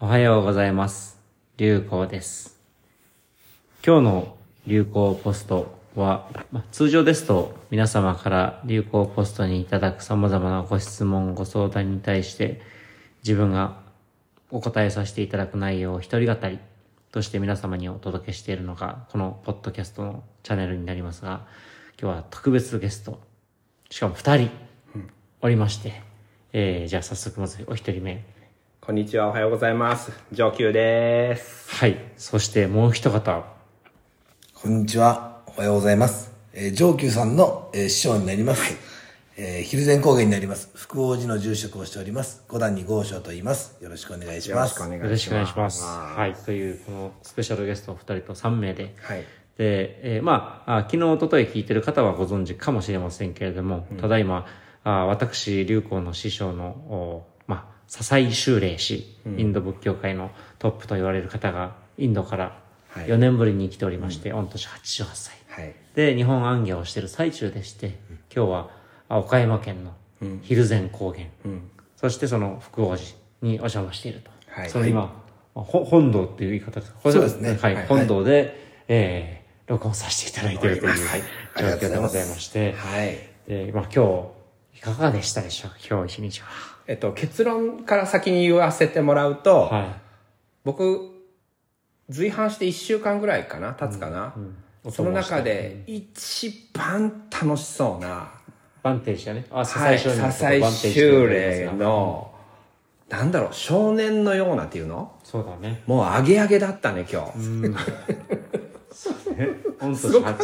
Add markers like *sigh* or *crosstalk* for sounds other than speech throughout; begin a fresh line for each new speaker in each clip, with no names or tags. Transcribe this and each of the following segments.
おはようございます。流行です。今日の流行ポストは、まあ通常ですと皆様から流行ポストにいただく様々なご質問、ご相談に対して自分がお答えさせていただく内容を一人語りとして皆様にお届けしているのがこのポッドキャストのチャンネルになりますが、今日は特別ゲスト、しかも二人おりまして、えー、じゃあ早速まずお一人目、
こんにちは、おはようございます。上級です。
はい。そしてもう一方。
こんにちは。おはようございます。えー上級さんの、えー師匠になります。えー蒜山高原になります。福王寺の住職をしております。五段に豪商と言います。よろしくお願いします。
願
よろしくお願いします。はい。という、このスペシャルゲストお二人と3名で。
はい。
で、えーまあ、あ昨日、おととい聞いてる方はご存知かもしれませんけれども、ただいま、あ私、流行の師匠の、おまあ、笹井修霊師、インド仏教界のトップと言われる方が、インドから
はい
4年ぶりに来ておりまして、御年88歳。
はい。
で、日本暗芸をしてる最中でして、今日はあ岡山県の蒜山高原、そしてその福王寺にお邪魔していると。
はい
その今、ほ本堂っていう言い方ですかそう
ですね
はい。
はい
本堂で、えー録音させていただいているという状況でございまして、
はい。
で、まあ今日、いかがでしたでしょう今日一日は。
えっと、結論から先に言わせてもらうと、
は
僕、随伴して1週間ぐらいかな経つかな、
うん
その中で、一番楽しそうな、
い。バンテージがね。あ、
はい、
笹井
笹
修
井
霊
修霊
の。
の、なんだろう、少年のようなっていうの
そうだね。
もうアゲアゲだったね、今日。
御年
ごくなかっ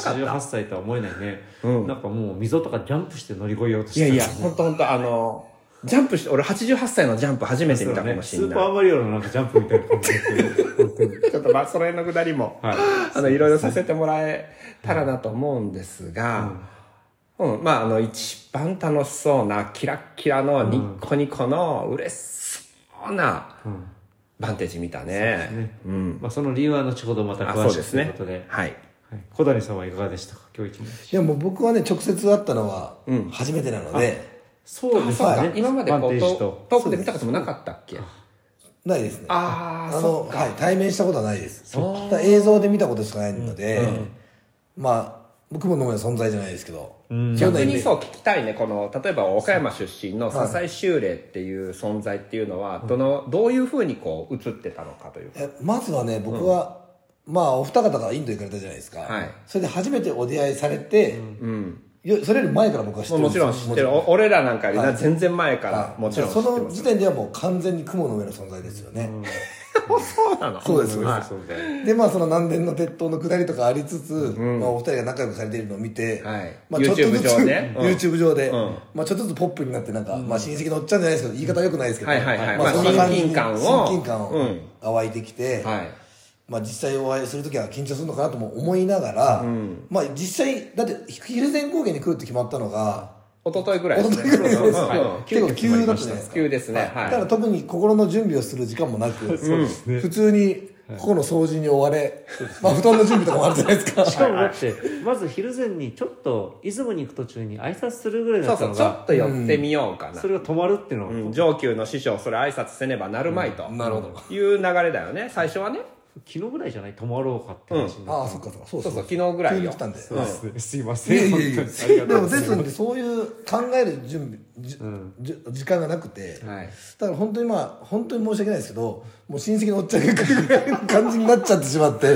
た
88歳とは思えないね、なんかもう溝とかジャンプして乗り越えようとして
いや
る
いや、ほんとほんと、あの、ジャンプして、俺88歳のジャンプ初めて
そう
見
だ
たか
ね
もし
ス
れ
ー
ない。
パーマリオのなんかジャンプみたいな感じですけど本当に
ちょっとまあ、その辺のくだりも、
はい
あの、いろいろさせてもらえたらなと思うんですが、うん、まあ、あの、一番楽しそうな、キラッキラの、ニッコニコの、嬉しそうな、バンテージ見たね。
ね
うん。
まあ、その理由は後ほどまた
あ、
詳
そう
し
で
く
す
という
ね
ことで。は
はい。
い小谷さんはいかがでしたか今日一日
いや、もう僕はね、直接会ったのは、初めてなので、
そう
あ
です
そうか、
ね
今まで
バンテ
こう
ージ
ト
と
トークで見たこともなかったっけ
ないですね。
あー
あ
そ
の、
っか
はい、対面したことはないです。ただ映像で見たことしかないので、まあ、僕もの存在じゃないですけど、そう
逆にそう聞きたいねこの例えば岡山出身の笹井修霊っていう存在っていうのはどのどういうふうにこう映ってたのかというか
えまずはね僕は、まあお二方がインド行かれたじゃないですか、
はい
それで初めてお出会いされて、
うん
よそれより前から僕は知ってる
も
で
ち
すよ
ろん知ってる
もち
お俺らなんかより
は
ない全然前か
ろんは
ら
い
もちろん知
そ
って
の
ます
時点ではもう完全に雲の上の存在ですよね、
そうなの
そうですそうです
はい
そうで
でまあその南電の鉄塔の下りとかありつつ、まあ、お二人が仲良くされているのを見て、
はい
まあ、ちょっとずつ
YouTube 上ねうん
YouTube 上で、
ん
まあ、ちょっとずつポップになってなんか、まあ、親戚のおっちゃんじゃないですけど言い方はよくないですけど、
はいはいはい
まあ、
まあ
そんな感じ
親近
に
感を
親近感を
うん
湧いてきて、
はい
まあ、実際お会いするときは緊張するのかなとも思いながら、まあ、実際だって蒜山高原に来るって決まったのが
一昨日ぐらい
一昨日ぐらいです
うんうんうん
よ結構急だったじゃないですか
急ですね
はい
はい
だから特に心の準備をする時間もなく、普通にここの掃除に追われ、まあ、布団の準備とかもあるじゃないですか
すしかもだってまず昼前にちょっと出雲に行く途中に挨拶するぐらいだ
そ
った
うそ
の
うちょっ
が
と寄ってみようかな
それが止まるっていうのが
うん上級の師匠それ挨拶せねばなるまいと
なるほど
いう流れだよね最初はね
昨日ぐらいじゃない止まろうかって話になっ
ああ
た
そっかそっかそう
そ
そうう
そう昨日ぐらい
急
よ
に来たんで
そうですねすいま
いや
せん
いや
本
い
当にあ
や
りが
で
とう
も
ございます
ですのでそういう考える準備じ、じ時間がなくて、
はい
だから本当にまあ本当に申し訳ないですけどもう親戚のおっちゃんが来るぐらいの感じになっちゃってしまって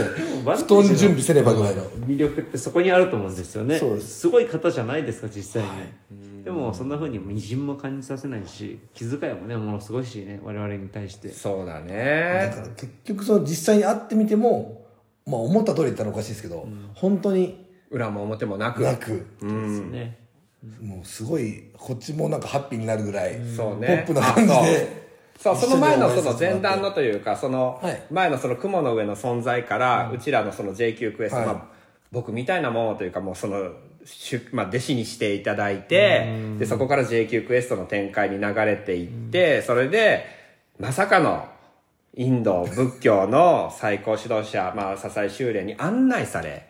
バンテー
布
ジの
団準備せねばぐらいの
魅力ってそこにあると思うんですよね
そうです
ごい方じゃないですか実際に、でもそんな風にみじんも感じさせないし気遣いもねものすごいしね我々に対して
そうだ
だ
ね
から結局その実際に会ってみても、まあ、思った通り言ったらおかしいですけど、本当に
裏も表もなく
なく、
ですよね、
もうすごいこっちもなんかハッピーになるぐらい、
そう
ポ
ね
ップな感じ
あ
で。
そう、その前の
一緒に
そ
応援さ
の
せ
前
てもらって
段のというか、その
はい、
前のその雲の上の存在から、うちらのその JQ クエスト、
はい
まあ、僕みたいなものというか、もうその、しゅまあ、弟子にしていただいて、で、そこから JQ クエストの展開に流れていって、それで、まさかの、インド仏教の最高指導者、まあ、笹井修霊に案内され、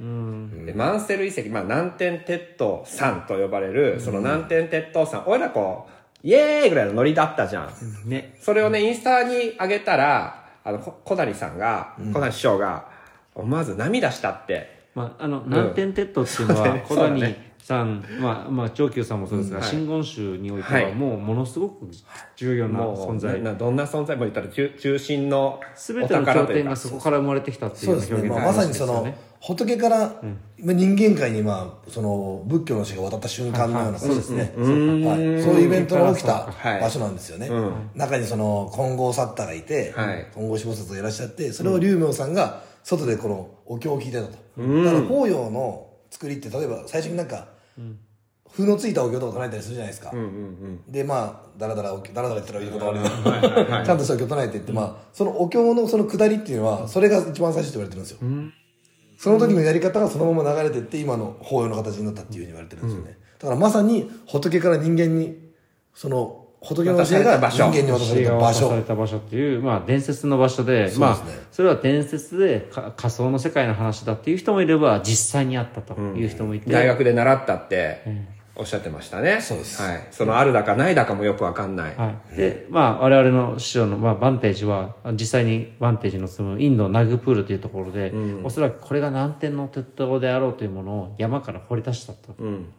でマンセル遺跡、まあ、南天鉄塔さんと呼ばれる、その南天鉄塔さん、俺らこう、イエーイぐらいのノリだったじゃん。
ね
それをね、インスタに上げたら、あの、こ小谷さんが、小谷師匠が、思わず涙したって、
まあ、あの、南天鉄塔っていうの
そうだ
は、
ね
小
そうだ
谷
ね
さん、まあ、まあ、長久さんもそうですが、
うんはい
真言宗において
は
は、
い
もうものすごく重要な
もう
存在。
ななどんな存在も言ったら中中心の
すべての経典がそこから生まれてきたっていう
そ
よ
う
う
で
な表現
すね、まあ、
があ
ま
るん
さに
です
そ
よ
の
ね。
仏から、まあ人間界に、まあ、その仏教の詩が渡った瞬間のようなそうですね、はい、そういうイベントが起きた
はい
場所なんですよね、中にその金剛サッターがいて、
はい
金剛菩薩がいらっしゃってそれを龍明さんが外でこのお経を聞いてたと、だから法要の作りって例えば最初になんか、風のついたお経とか唱えたりするじゃないですか、でまあだらだらお経だらだら言ったら言うこと悪いなちゃんとしたお経唱えてって、まあ、そのお経のその下りっていうのはそれが一番最初と言われてるんですよ、その時のやり方がそのまま流れてって今の法要の形になったっていうふうに言われてるんですよね、だからまさに仏から人間にその仏の教えが
渡された
人
場所
間に渡された場
場所
所
された場所っていう、まあ、伝説の場所で、
すね
まあ、それは伝説でか仮想の世界の話だっていう人もいれば、実際にあったという人もいて、
大学で習ったっておっしゃってましたね、
そうです
はい、そのあるだかないだかもよくわかんない、
はい、で、まあ、我々の師匠の、まあ、バンテージは、実際にバンテージの住むインドナグプールというところで、おそらくこれが南天の鉄塔であろうというものを山から掘り出したと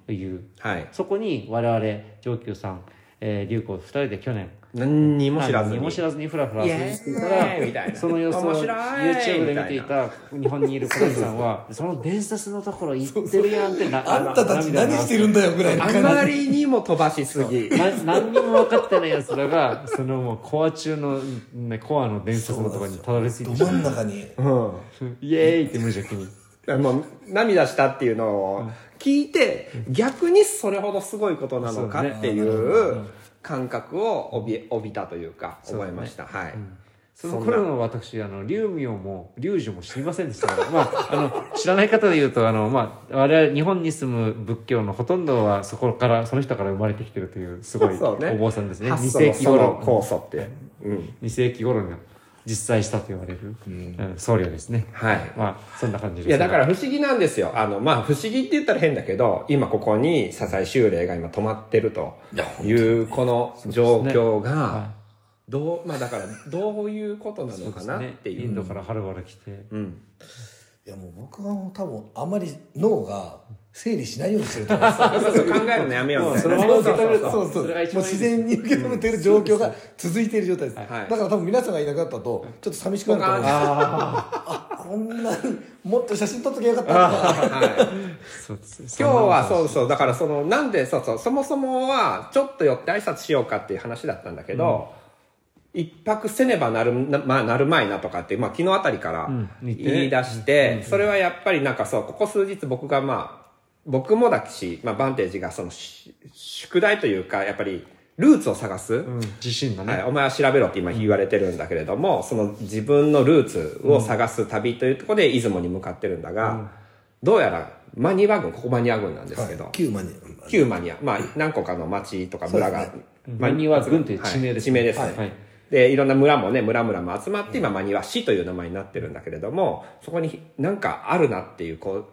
いう、
はい、
そこに我々、上級さん、えー、龍子二人で去年、
何にも知らず
何
に
も知らずにフラフラ
イエーイ
していたら
みたいな
その様子を
面白い
YouTube で見ていた日本にいる小谷さんはその伝説のところ行ってるやんってな
あんたたち何してるんだよぐらいの
あ
感
まりにも飛ばしすぎ
な何にも分かってない奴らがそのもうコア中の、ね、コアの伝説のところにたどり着い
じ
て
ど
しま
真ん中に
うん
うイエーイって無邪気に
あの涙したっていうのを聞いて、逆にそれほどすごいことなのかっていう感覚を帯び帯びたというか思いました、はい、
その頃の私あの龍明も龍樹も知りませんでした *laughs* から、まあ、あの知らない方で言うとあの、まあ、我々日本に住む仏教のほとんどはそこからその人から生まれてきてるというすごい
そうね
お坊さんですね
発
2
想の
世紀
その
頃
酵素って、うん、
二世紀頃に実際したと言われる、うん僧侶ですね
はい
まあそんな感じです
いや、だから不思議なんですよ。あの、まあ、不思議って言ったら変だけど、今ここに笹井修霊が今止まってるという、この状況が、どう、まあだから、どういうことなのかなっ
ね
て
イ
い
ン
う。
ドからはるばる来て
うん。
いやもう僕は多分あまり脳が整理しないようにしてると思います
あそうそう考えるのやめようみたいな。
それは受け止める
そうそうそう
そうそう
それ
も
が一
う
番いい
自然に受け止めてる状況が続いている状態です、
はい
だから多分皆さんがいなくなったとちょっと寂しくなると思うんですあこんなにもっと写真撮っときゃよかったな
はい
そうです
今日はそうそう、だからその、なんで、そうそう、そもそもは、ちょっと寄って挨拶しようかっていう話だったんだけど、一泊せねばなるな,、まあ、なるまいなとかって、まあ、昨日あたりから
ん
言
言
い
っ
出
てね
して、それはやっぱりなんかそう、ここ数日僕がまあ、僕もだし、まあ、バンテージがその、し宿題というか、やっぱり、ルーツを探す、
うん自身が
はい、
ね
お前は調べろって今言われてるんだけれども、その自分のルーツを探す旅というところで出雲に向かってるんだが、どうやらマニア軍、ここマニア軍なんですけど、
9万人
旧マニア、まあ何個かの町とか村が、
そうで
マニワ軍という地名ですね
はい地名ですね
はい
で、いろんな村もね、村々も集まって、今、マニワ市という名前になってるんだけれども、そこになんかあるなっていう、こう、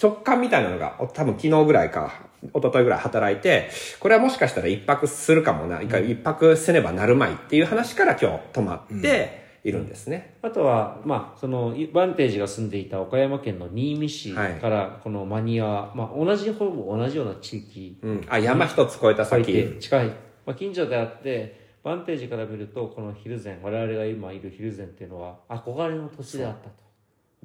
直感みたいなのが、お多分昨日ぐらいか、一昨日ぐらい働いて、これはもしかしたら一泊するかもな、一回一泊せねばなるまいっていう話から今日泊まっているんですね。
あとは、まあ、その、いバンテージが住んでいた岡山県の新見市
はい
から、このマニア、まあ、同じ、ほぼ同じような地域
うん。あ、山一つ越えた
近い
先。
て近い、まあ、近所であってバンテージから見るとこのヒルゼン我々が今いるヒルゼンっていうのは憧れの土地であったと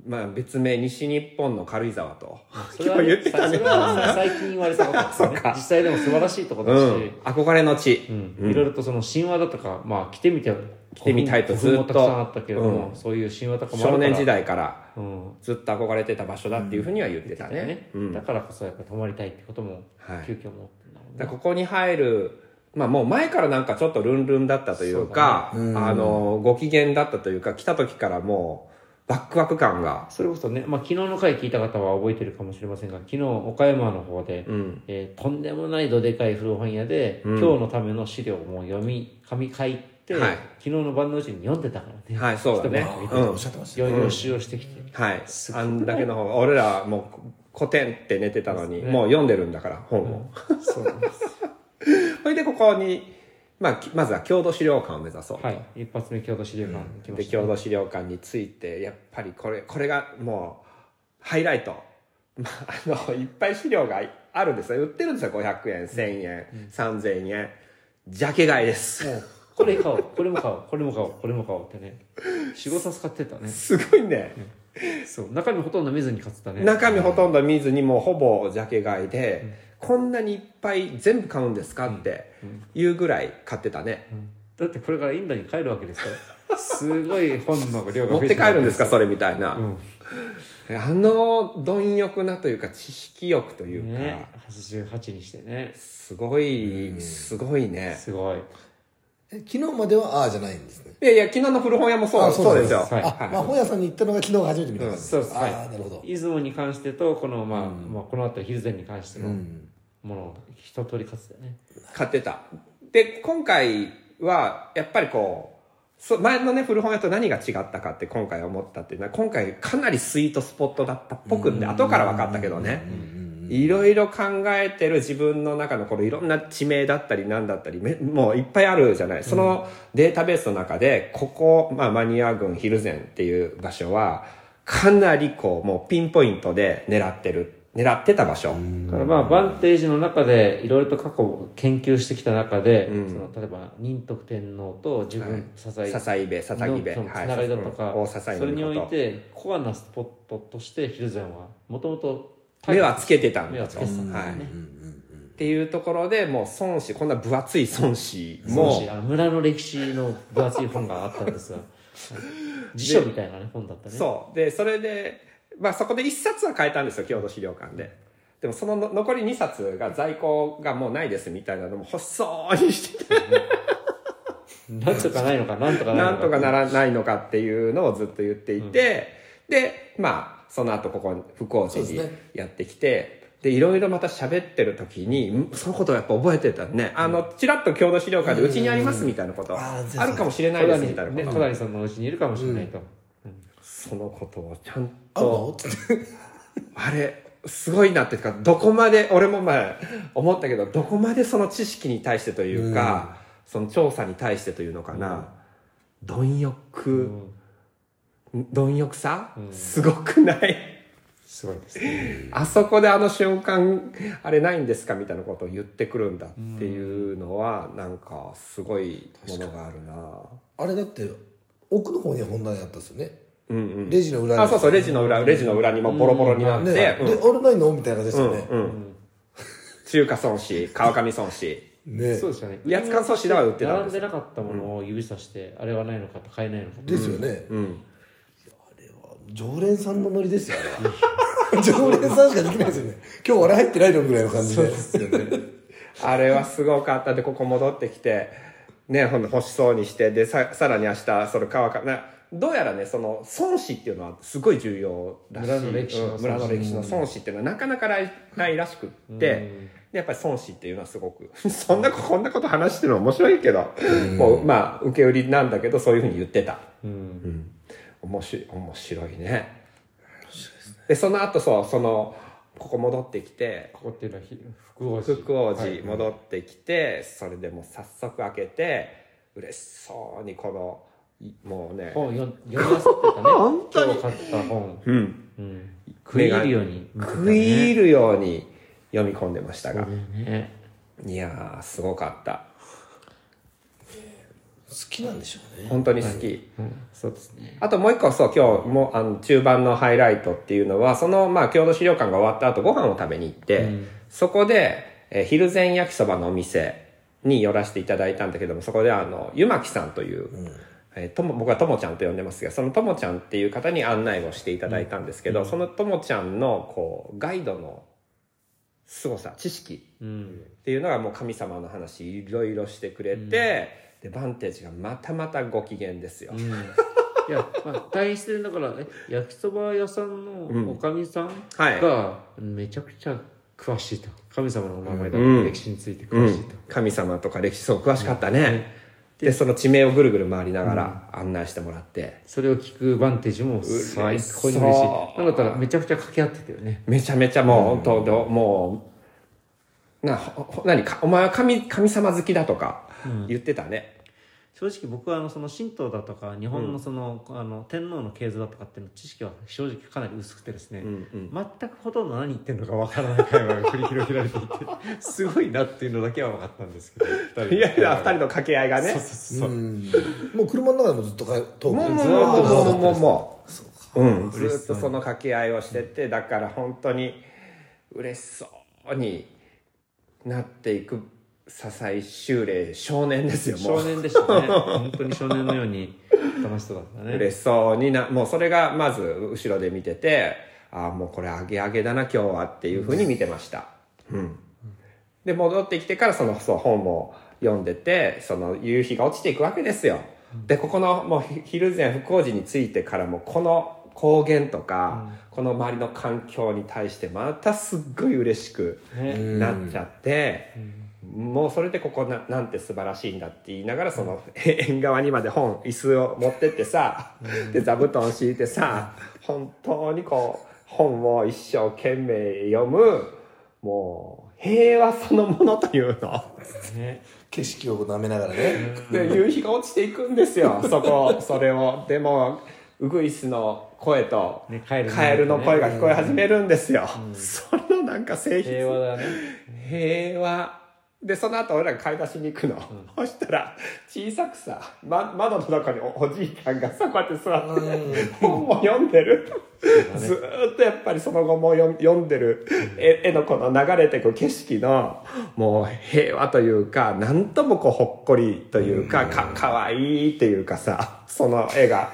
まあ別名、西日本の軽井沢と。
それ
今
は
日
ね
言ってた
さ
ね
そ。れはさ最近言われたことです
*laughs*
よね実際でも素晴らしいとこ
う
ろだ
ん
し。
憧れの地。
うんいろいろとその神話だとか、まあ、来てみて来
てみたいとずっと
たくさんあったけれども、
うん
そういう神話とかもある
少
から
年時代から
うん
ずっと憧れてた場所だっていうふうには言ってたね。
ねだからこそやっぱ泊まりたいってことも
はい
急遽思ってんだろうね
だからここに入る、まあもう前からなんかちょっとルンルンだったというか、あの、ご機嫌だったというか、来た時からもう、ワックワク感が、
それこそね、まあ、昨日の回聞いた方は覚えてるかもしれませんが、昨日岡山の方で、
ん
えーとんでもないどでかい古本屋で、今日のための資料をもう読み、紙書いて、
はい
昨日の晩のうちに読んでたからね。
はい、そうだね。う
お
ん
っ。しゃってましたよ
よい予習をしてきて。
はい。あんだけの方、俺らもう古典って寝てたのに、もう読んでるんだから、本を。
そうなんです。
それでここにまあ、きまずは郷土資料館を目指そう。
はい。一発目、京都資料館行きま
で、
した。
郷土資料館について、やっぱりこれ、これがもう、ハイライト。まあ、あの、いっぱい資料があるんですよ。売ってるんですよ。500円、1000円、3000円。ジャケ買いです。
もうこれ買おう、これも買おう、これも買おう、これも買おうってね。4、5冊買ってたね。
すごいね。
そう。中身ほとんど見ずに買ってたね。
中身ほとんど見ずにもうほぼジャケ買いで、こんなにいっぱい全部買うんですかっていうぐらい買ってたね。
だってこれからインドに帰るわけですから。すごい本の量が
持
増
っ
えて
て帰るんです
か
かそれみたいな。
うん。
あの貪欲なというか知識欲というか、
ね。88にしてね。
すごい、すごいね。
すごい。
え昨日まではああじゃないんですね。
いやいや、昨日の古本屋もそう
あ
そうですよ。
はい
あ、まあ本屋さんに行ったのが昨日が初めて見た感じ
そうです。
あ
は
あ、
い。
なるほど。
出雲に関してと、この、まあ、まあ、この後、ヒルゼンに関しての
うん。
ものを一通り買ってたよね。
買ってた。で、今回は、やっぱりこう、そう前のね、古本屋と何が違ったかって今回思ったっていうのは、今回かなりスイートスポットだったっぽくって、後から分かったけどね。いろいろ考えてる自分の中のこのいろんな地名だったり何だったりめもういっぱいあるじゃないそのデータベースの中でここ、まあ、マニア郡ヒルゼンっていう場所はかなりこうもうピンポイントで狙ってる狙ってた場所
だからまあ、バンテージの中で、いろいろと過去を研究してきた中で、その例えば、仁徳天皇と自分、支え
笹井部笹木部
のつながりだとか、
大笹井
それにお
の
い
こと
てコアなスポットとしてヒルゼンはもともと
目はつけてたん
目は
だ
つ
と
けてたんだ
は
よ
い
ね、
っていうところでもう孫子こんな分厚い孫子
も
も
しあの村の歴史の分厚い本があったんですが辞書みたいな、ね、本だったね
そう。で、それで、まあそこで1冊は変えたんですよ、郷土資料館で。でもそのの残り2冊が在庫がもうないですみたいなのも細いにしてて、
なんとかないのかなんとかない
*laughs* な
の
ん
か
とかならないのかっていうのをずっと言っていて、で、まあ、その後ここ、福岡
そう
に
ですね
やってきて、で、いろいろまた喋ってる時に、んそのことをやっぱ覚えてたね。あの、ちらっと郷土資料館でうちにありますみたいなこと、
うんあー全然
あるかもしれない
小
で
谷
すみたいな
ね
こ
小
と。
谷さんのお家にいるかもしれないと、
そのことをちゃん
あ
と
るのつって
あれ、すごいなっていうか、どこまで、俺も前思ったけど、どこまでその知識に対してというか、その調査に対してというのかな、貪
うん
欲、貪欲さ、すごくない
すごいですね
あそこであの瞬間、あれないんですかみたいなことを言ってくるんだっていうのは、なんか、すごいものがあるな
あれだって、奥の方に本棚にあったんですよね。
うんうん。
レジの裏に。
あ、そうそう、レジの裏、レジの裏にもボロボロになって、
ね。で、俺ないのみたいな感じでしたよね。
うん、うん。中華孫子、川上孫子。
ね
そうでしたね
やつかんそうしながら売ってたん
並
で
ん
す
でなかったものを指さして、あれはないのかと買えないのかと
ですよね。
うん。
常連さんのノリですよ、あれは。 *laughs* 常連さんしかできないですよね。今日俺入ってないのぐらいの感じで。
あれはすごかった。で、ここ戻ってきて、ね、ほんで欲しそうにして、で、ささらに明日、その川か、な、どうやらね、その、孫子っていうのはすごい重要らしい。
村の歴史の孫
うん
子
村の歴史の孫子っていうのはなかなかないないらしくって、でやっぱり孫子っていうのはすごく、 *laughs* そんな、こんなこと話してるの面白いけど、もう、まあ、受け売りなんだけど、そういうふうに言ってた。
うん
面白い面白いね。で、その後、そう、その、ここ戻ってきて、
ここっていうのはひ福王寺
福王
は
寺
い
戻ってきて、それでもう早速開けて嬉しそうにこのいもうね
本読ん読み漁ってたね
*laughs* 本当に
今日買った本、
うん
うん、食い入るように見てたね
食い入るように読み込んでましたが、
ね
いやーすごかった
好きなんでしょうね。
本当に好き、
そうですね
あともう一個そう今日もあの中盤のハイライトっていうのはそのまあ郷土資料館が終わった後ご飯を食べに行って、そこで、えー昼前焼きそばのお店に寄らせていただいたんだけどもそこであのゆまきさんという、えーとも僕はともちゃんと呼んでますがそのともちゃんっていう方に案内をしていただいたんですけど、そのともちゃんのこうガイドの凄さ知識
うん
っていうのがもう神様の話いろいろしてくれて、でバンテージがまたまたご機嫌ですよ。
うんいや、まあ、大してだから、え焼きそば屋さんのおかみさん
はい
が、めちゃくちゃ詳しいと。神様のお名前だと、
うん
歴史について
う
詳しい
ん
と。、
神様とか歴史そう詳しかったね、でその地名をぐるぐる回りながら案内してもらって、
それを聞くバンテージも最高に嬉しい。なんだったらめちゃくちゃ掛け合ってたよね。
めちゃめちゃもう、本当どもうなほほ何かお前は神神様好きだとか言ってたね。
正直僕はあのその神道だとか日本のその,、あの天皇の系図だとかっていうの知識は正直かなり薄くてですね、全くほとんど何言ってるのかわからない会話が繰り広げられてい *laughs* てすごいなっていうのだけは分かったんですけど二人
いやいや、二人の掛け合いがね。
そうそうそう、
うんもう車の中でもずっとかトー
もう
ク
もう
ず
もうもうもうも
ーっ
う
と
もう。うん、ず
嬉し
っ
そ
と
うに
その掛け合いをしてて、だから本当に嬉しそうになっていく笹井修礼少年ですよ、も
少
う。
年でしたね本当に少年のように楽しそうだったね
嬉しそうにな、もうそれがまず後ろで見てて、ああ、もうこれアゲアゲだな今日はっていうふうに見てました。うん。で、戻ってきてからそのそう本を読んでて、その夕日が落ちていくわけですよ。で、ここのもうひ昼前不幸時についてからもこの高原とか、この周りの環境に対してまたすっごい嬉しく
ね
なっちゃって、もうそれでここななんて素晴らしいんだって言いながらその *laughs* え縁側にまで本椅子を持ってってさ、で座布団敷いてさ本当にこう本を一生懸命読むもう平和そのものというの。
ね
景色を舐めながらね
*laughs* で夕日が落ちていくんですよそこそれをでもウグイスの声と
ねカエルの
カエルの声が聞こえ始めるんですよ、そのなんか性質
平和だね
平和でその後俺らが買い出しに行くの、そしたら小さくさ、ま、窓の中におおじいちゃんがさこうやって座って本を読んでる、ずーっとやっぱりその後も読ん読んでる絵絵のこの流れてく景色のもう平和というかなんともこうほっこりというかかかわいいっていうかさその絵が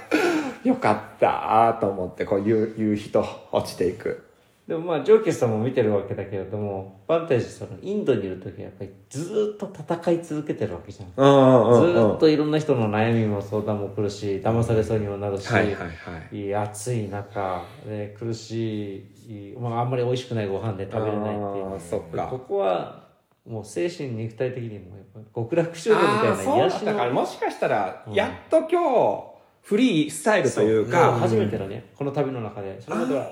よかったと思ってこう夕夕日と落ちていく。
でもまあ、ジョーキスさんも見てるわけだけれども、バンテージ、その、インドにいる時はやっぱりずーっと戦い続けてるわけじゃん。ず
うんうんうんうん
ーっといろんな人の悩みも相談も来るし、騙されそうにもなるし、
はいはいはい
い暑い中、ね、苦しい、まああんまり美味しくないご飯で食べれないっていう
あーそっか
ここは、もう精神肉体的にもやっぱり極楽修道みたいな
あー
癒
そう
し
だったから
の、
もしかしたらやっと今日フリースタイルという
が
か、
初めてだね、この旅の中で。それまでは、た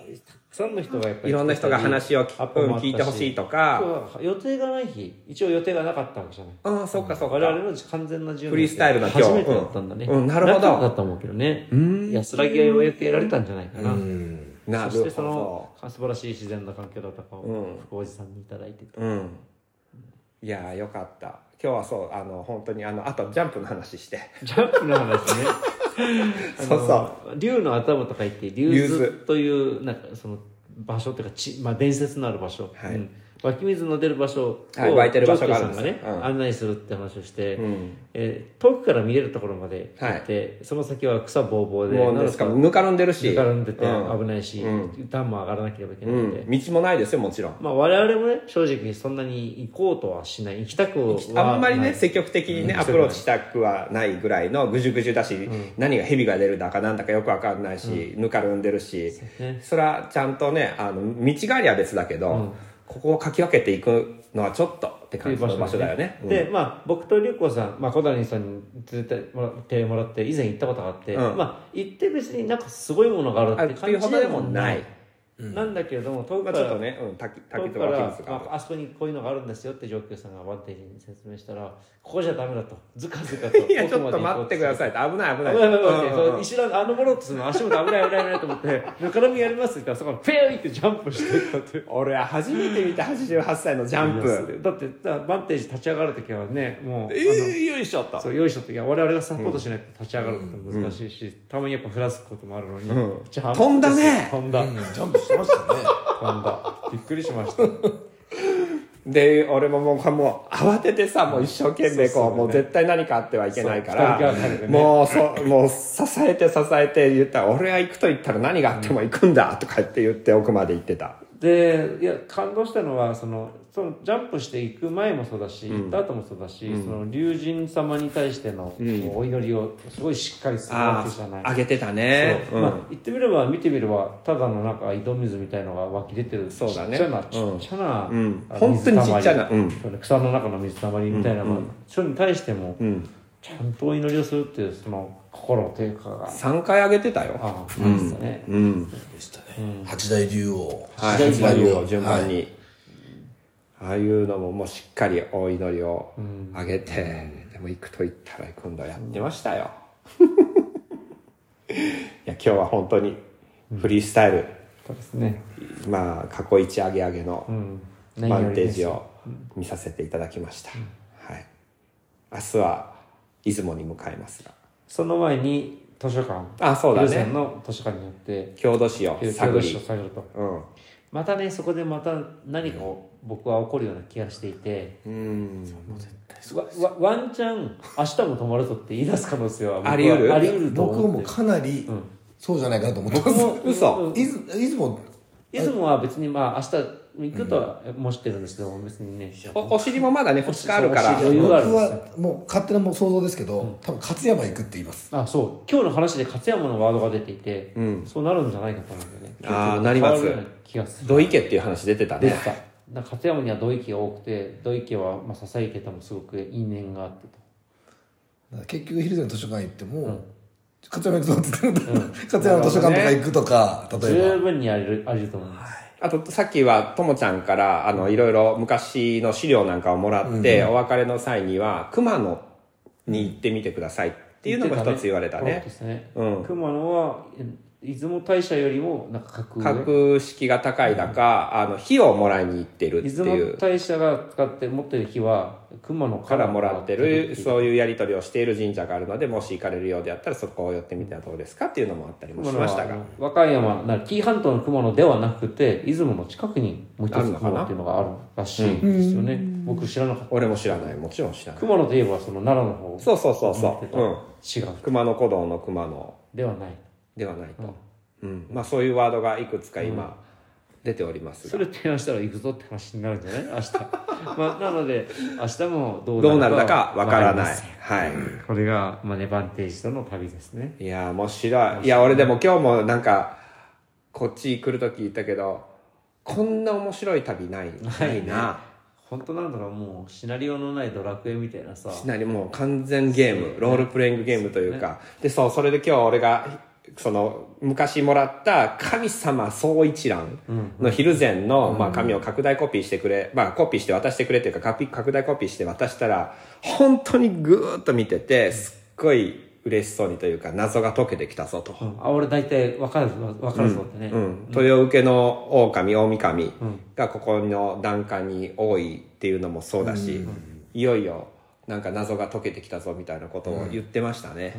くさんの人がやっぱり来てたり。
いろんな人が話を
ア
聞
ップ
く
もあった
聞いてほしいとか
今日は予定がない日一応予定がなかったわけじゃない
ああそうかそうか
我々の完全な準備
フリースタイルだ今日
初めてだったんだね、
うんうんなるほど
楽だったと思うけどね安らぎがようやく得られたんじゃないかな、
うん
な
そして
る
そ
ほ
の
ど
素晴らしい自然な環境だとか
う
を
ん
福おじさんにいただいてて、
うんいやーよかった今日はそうあの本当にあのあとジャンプの話して
ジャンプの話ねあの
*laughs* そうそ
竜の頭とか言って竜図というなんかその場所というかち、まあ、伝説のある場所、
はい
うん湧き水の出る場所を、
はい湧いてる場所があるん
上級
で
さん
す
がね、
うん
案内するって話をして、
ん
えー遠くから見れるところまで行って、その先は草ぼうぼうで
もう
な
なん
か
んですかぬかるんでるし
ぬかるんでて
うん
危ないし、段も上がらなければいけない
うん
で、
ん、道もないですよもちろん
まあ、我々もね正直そんなに行こうとはしない行きたくは
あんまり
な
ね
い
積極的にね
うん
アプローチしたくはないぐらいのぐじゅぐじゅだし、何が蛇が出るだかなんだかよくわかんないし、ぬかるんでるしそ,、
ね
れはちゃんとねあの道がありは別だけど、ここをかき分けていくのはちょっとって
ってい
感
う
じの場所だよね。うん
で、まあ、僕と龍子さん、まあ、小谷さんに連れてもらってもらって、以前行ったことがあって、
うん
まあ、行って別になんかすごいものがあるって
あるってい
いう
う
感
ほ
じ
ど
で
で
も
も
な
ない
い。なんだけれども、遠
ま
く
あ
か
ちょっと
ら、
ね、うん、滝滝
遠
と
くか
か湧き
ら
水、
ま
がある
あ、あそこにこういうのがあるんですよって、上級さんがワンテージに説明したら、ここじゃダメだと、ずかずかと。
*laughs* いやちょっと待ってくだ
い。
さいって危ない危
危ない
な
い危ない危ない
*laughs* うん
*laughs* そう一段あのものとするの足元危ない危ない危ないと思って「ぬかるみやります」って言ったらそこからフェーイってジャンプしていったっていう
俺は初めて見た88歳のジャンプ
だってだからバンテージ立ち上がる時はねもう、あの
ええよいしょっと
そう用意した時は我々がサポートしないと立ち上がることも難しいし、たまにやっぱふらすこともあるのに、
ん
じゃあ
飛んだね
飛んだ
うんジャンプしてましたね
飛んだびっくりしました
で、俺ももう、もう慌ててさ、もう一生懸命こう、もう絶対何かあってはいけないから、
そう二人がかりでね
もう、そう、もう、支えて支えて言ったら、俺は行くと言ったら何があっても行くんだ、とかって言って奥まで行ってた。
でいや感動したのはそのそのジャンプしていく前もそうだし、行った後もそうだし、その龍神様に対しての、こうお祈りをすごいしっかりするわけじゃない
げてた
そうまあ、言ってみれば見てみればただのなんか井戸水みたいのが湧き出てる
そうだね
ちっちゃな、
うん
ちっちゃな、
ん
あの
本当にちっちゃな
水溜まり
うん
そうね草の中の水たまりみたいなのが、それに対しても、
ん
ちゃんとお祈りをするっていうその心というかが
3回あげてたよ。
ああ感じたね、
うん。
でしたね八大竜王
はい。
八大
順
竜
番
王
に、順番に。ああいうのももうしっかりお祈りをあげて、でも行くと言ったら今度やってましたよ。いや今日は本当にフリースタイル、
そうですね。
まあ過去一上げ上げの
うん。
バンテージを見させていただきました、はい明日は出雲に向かいますが
その前に図書館。
あそうだね
龍山の図書館によって、
郷土史を
探
探
りを
り
されると。
うん
またね、そこでまた何かを僕は起こるような気がしていて、わわワンチャン明日も泊まるぞって言い出す可能性は僕は
あり得る
あり得ると
僕
思
も
ってる。
かなり、そうじゃないかなと思ってます。
もう
嘘
うん
いず、いずも、
いつもは別にまあ明日行くとは申してるんですけども、別にね。
おお尻もまだね2日ある
お
から
尻余
僕
裕があるんですよ
はもう勝手なもう想像ですけど、多分勝山行くって言います。
あ、そう。今日の話で勝山のワードが出ていて、
うん
そうなるんじゃないかと思うんだよね。
あーなります
変わるような気がする。
土井家っていう話出てた
で
ね
した。だから勝山には土井家が多くて、土井家は、まあ、笹井家ともすごく因縁があって
だから結局、ヒルゼの図書館行っても、勝山行くぞって言っても、勝山の図
なるほど
書館とか
ね
行くとか、
と。
例えば。
十分にありる、ありると思います。
あとさっきはともちゃんからあのいろいろ昔の資料なんかをもらって、お別れの際には熊野に行ってみてくださいっていうのも一つ言われた
そう
ね
ですね。
うん
熊野は、出雲大社よりも、なんか格上
格式が高いだか、あの火をもらいに行ってるって
出
いう
雲大社が使って持ってる木は、熊野
か
からら
もらって
もら
る
って
そういうやり取りをしている神社があるのでもし行かれるようであったらそこを寄ってみてはどうですかっていうのもあったりも
熊
し
野
ま
は
した
あ
が
の和歌山な紀伊半島の雲野ではなくて出雲の近くにもう一
ある
つ
のか
雲
な
野っていうのがあるらしいんですよね僕知らなかった
俺も知らないもちろん知らない
雲野といえばその奈良の方
そうそうそうそ
って
う、うん、
違う
熊野古道の熊野
ではない
ではないと、うんまあ、そういうワードがいくつか今出ております
そ
が、
れ提案したら行くぞって話になるんじゃない *laughs* 明日まあなので明日もど
どう
う
な
な
る
る
だかわからない
わり
はい
ませんこれがまあネバンテージとの旅ですね
いやー面白いいや俺でも今日もなんかこっち来る時言ったけどこんな面白い旅ないないな
本当なんだろうもうシナリオのないドラクエみたいなさ
しなりもう完全ゲームロールプレイングゲームというかでそうそれで今日俺がその昔もらった神様総一覧のヒルゼンの、まあ、紙を拡大コピーしてくれ、まあ、コピーして渡してくれというかカピ拡大コピーして渡したら本当にぐーっと見ててすっごい嬉しそうにというか謎が解けてきたぞと。
うんあ俺大体分かるぞ分かるぞってね、
うん、豊受けの狼大神がここの段階に多いっていうのもそうだし、いよいよなんか謎が解けてきたぞみたいなことを言ってましたね、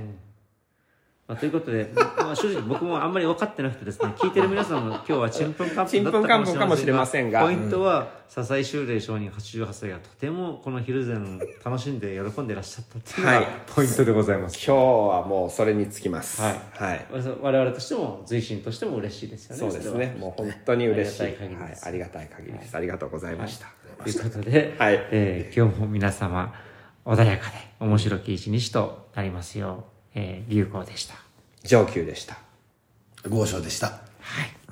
まあ、ということで、まあ、正直僕もあんまり分かってなくてですね、聞いてる皆さんも今日はちんぷんかんぷんだったかもしれませんが、ポ
ち
イ
んぷ
ン
んかんぷんかもしれませんが
トは、笹井修霊商人88歳がとてもこのヒルゼンを楽しんで喜んでいらっしゃったっていうの
はい
が *laughs* ポイントでございます。
今日はもうそれにつきます
はい
はい、
我々としても、随身としても嬉しいですよね。
そうです
れは
ね。もう本当に嬉しい
ありがたい限り
は
で、
いありがたい限りです、ありがとうございました、
ということで、
はい
えー今日も皆様、穏やかで面白き一日となりますよう、えー、流行でした。
上級でした
豪商でした。
はい、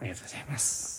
ありがとうございます。